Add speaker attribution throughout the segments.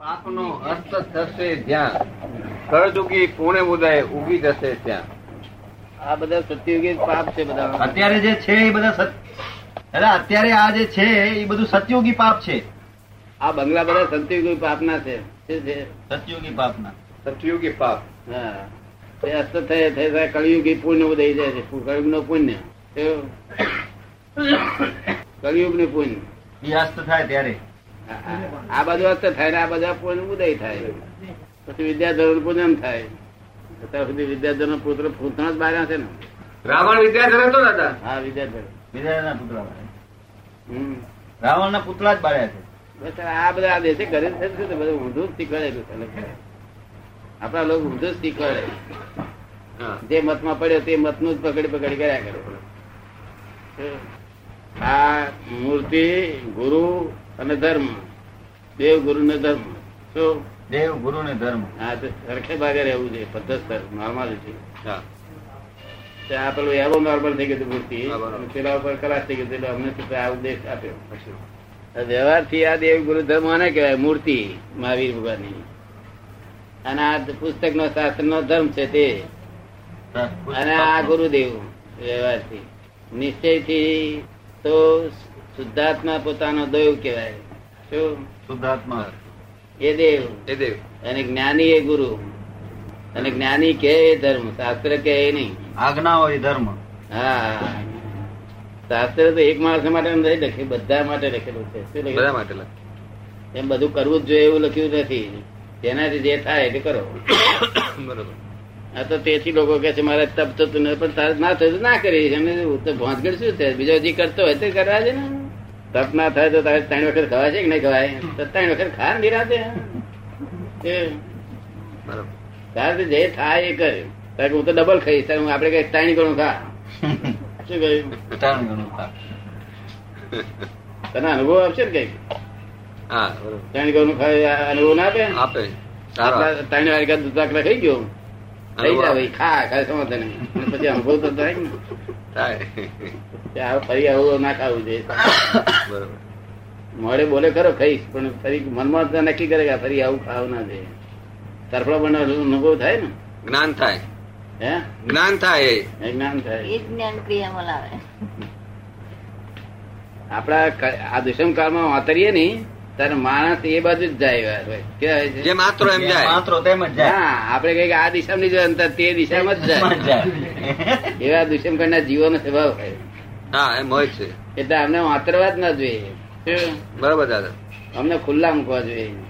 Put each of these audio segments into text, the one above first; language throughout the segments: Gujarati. Speaker 1: પાપનો અસ્ત થશે જ્યાં કળજુગી પૂર્ણ ઉદય ઉગી જશે ત્યાં
Speaker 2: આ બધા સત્યુગી પાપ છે બધા
Speaker 3: અત્યારે જે છે એ બધા સત- દાદા અત્યારે આ જે છે એ બધું સતયુગી પાપ છે
Speaker 2: આ બંગલા બધા સત્યુગી પાપના છે શું છે
Speaker 3: સતયુગી પાપના
Speaker 1: સતયુગી પાપ
Speaker 2: હા તે અસ્ત થયે થઈ જાય કળિયુગી પુણ્ય ઉદય જાય છે કળિયુગનું પુણ્ય કળિયુગ નું પુણ્ય
Speaker 3: એ અસ્ત થાય ત્યારે
Speaker 2: આ- આ બાજુ અસ્ત થાય ને આ બાજુ પુણ્ય ઉદય થાય પછી વિદ્યાધર પૂજન થાય અત્યાર સુધી વિદ્યાધર નો પુત્ર પૂતણો જ બાર્યા છે ને
Speaker 1: રાવણ વિદ્યાધર હતો ને દાદા
Speaker 2: હા વિદ્યાધર
Speaker 3: વિદ્યાના પુતળા બાળ્યા.
Speaker 2: હમ
Speaker 3: રાવણના પુતળા જ બાળ્યા છે
Speaker 2: બસ આ બધા આ દેશે ગરીબ છે ને, બધું ઊંધું જ શીખવાડેલું છે લોકોને. આપણા લોકો ઊંધું જ શીખવાડે
Speaker 1: હા.
Speaker 2: જે મતમાં પડ્યો તે મતનું જ પકડી પકડી કર્યા કરે આ મૂર્તિ ગુરુ અને ધર્મ દેવ ગુરુ ને ધર્મ શું
Speaker 3: દેવ ગુરુ ને ધર્મ
Speaker 2: આ તો સરખે ભાગે રહેવું છે પદ્ધતસર normality.
Speaker 1: હા.
Speaker 2: તો આ પેલું એવો નોર્મલ થઈ ગયું હતું મૂર્તિ
Speaker 1: હા, બરાબર.
Speaker 2: અને પેલા ઉપર કલાશ થઈ ગયું હતું. એટલે અમને તો આ ઉપદેશ આપ્યો વ્યવહાર થી આ દેવ ગુરુ ધર્મ આને કહેવાય મૂર્તિ મહાવીર ભગવાનની અને આ પુસ્તક નો શાસ્ત્ર નો ધર્મ છે તે અને આ ગુરુદેવ વ્યવહારથી નિશ્ચયથી તો શુદ્ધાત્મા પોતાનો દેવ કહેવાય શું
Speaker 3: શુદ્ધાત્મા
Speaker 2: એ દેવ
Speaker 1: એ દેવ
Speaker 2: અને જ્ઞાની એ ગુરુ અને જ્ઞાની કે એ ધર્મ શાસ્ત્ર કે એ નહીં
Speaker 3: આજ્ઞાઓ એ ધર્મ
Speaker 2: હા શાસ્ત્ર તો એક માણસ માટે નથી લખ્યું બધા માટે લખેલું છે શું લખ્યું?
Speaker 1: બધા માટે લખ.
Speaker 2: એમ બધું કરવું જ જોઈએ એવું લખ્યું નથી જેનાથી જે થાય એટલે કરો
Speaker 1: બરોબર
Speaker 2: આ તો તેથી લોકો કે છે મારે તપ થતું નથી પણ તારે ના થયું તો ના કરી એમને તો ભાંતગઢ શું છે બીજો જે કરતો હોય તે કરવા છે ને તપ ના થાય તો તારે ત્રણ વખત ખવાય છે કે નહીં ખવાય તો ત્રણ વખત ખા ને નિરાંતે. એ
Speaker 1: બરોબર
Speaker 2: તારે જે થાય એ કરે તારે હું તો ડબલ ખાઈશ તારે હું આપણે કઈ ત્રણ ગણું ખા શું કહ્યું
Speaker 3: ત્રણ ગણું પાપ.
Speaker 2: તને અનુભવ આપશે ને કઈ
Speaker 1: હા બરોબર
Speaker 2: ત્રણ ગણું ખાય આ અનુભવ ના આપે
Speaker 1: આપે સારો આપે.
Speaker 2: આપણા ત્રણ વાર દૂધ દાખલા ખાઈ ગયો થઈ
Speaker 1: અનુભવ
Speaker 2: જા
Speaker 1: આપે.
Speaker 2: ભાઈ ખા ખા સમાધાન નહીં. અને પછી અનુભવ તો થાય ને
Speaker 1: થાય
Speaker 2: કે આ ફરી આવું ના ખાવું જોઈએ
Speaker 1: બરોબર
Speaker 2: મોડે બોલે ખરો ખાઈશ પણ ફરી મનમાં તો નક્કી કરે કે આ ફરી આવું ખાવું ના જોઈએ તરફડો પણ અનુભવ થાય ને
Speaker 1: જ્ઞાન થાય
Speaker 2: હે
Speaker 1: જ્ઞાન થાય એ
Speaker 2: એ જ્ઞાન થાય
Speaker 4: એ જ્ઞાન ક્રિયામાં લાવે
Speaker 2: આપણા ક- આ દુષ્મ કાળમાં વાતરીએ ને ત્યારે માણસ એ બાજુ જ જાય વાર હોય. કેવા હોય
Speaker 1: જે
Speaker 2: છે?
Speaker 1: માત્ર એમ જાય
Speaker 3: માત્ર તેમ જ જાય
Speaker 2: હા આપણે કહીએ કે આ દિશામાં જો અંતર તે દિશામાં જ
Speaker 3: તેમ જ
Speaker 2: જાય
Speaker 3: જાય.
Speaker 2: એવા દુષ્મ કાળના જીવોનો સ્વભાવ હોય
Speaker 1: હા એમ હોય છે
Speaker 2: એટલે અમને વાતરવા જ ના જોઈએ શું?
Speaker 1: બરોબર દાદા
Speaker 2: અમને ખુલ્લા મૂકવા જોઈએ શું?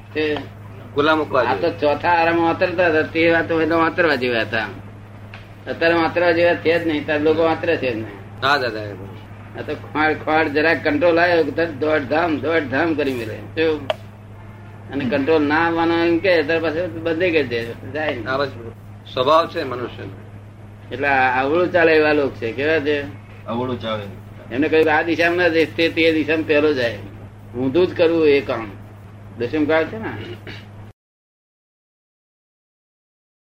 Speaker 1: ખુલ્લા મૂકવા
Speaker 2: આ તો
Speaker 1: જોઈએ
Speaker 2: ચોથા આરામાં વાતરતા હતા તે વાતો હોય તો વાતરવા જેવા હતા અત્યારે વાતરવા જેવા છે જ નહીં ત્યારે લોકો વાતરે છે જ નહીં
Speaker 1: હા દાદા એ બરોબર.
Speaker 2: આ તો ખોળ ખોળ જરાક કંટ્રોલ આવ્યો કે તરત દોડધામ દોડધામ કરી મેલે શું? અને કંટ્રોલ ના આવવાનો એમ કે તાર પાસે બંધ કરી દે જાય નહીં.
Speaker 1: આ બસ સ્વભાવ છે મનુષ્યનો
Speaker 2: એટલે આ આવડું ચાલે એવા લોકો છે કેવા છે
Speaker 3: અવળું ચાલે
Speaker 2: એમને કહ્યું કે આ દિશામાં ના જઈશ તે તે દિશામાં પહેલો જાય ઊંધું જ કરવું એ કામ દશમ કાળ છે ને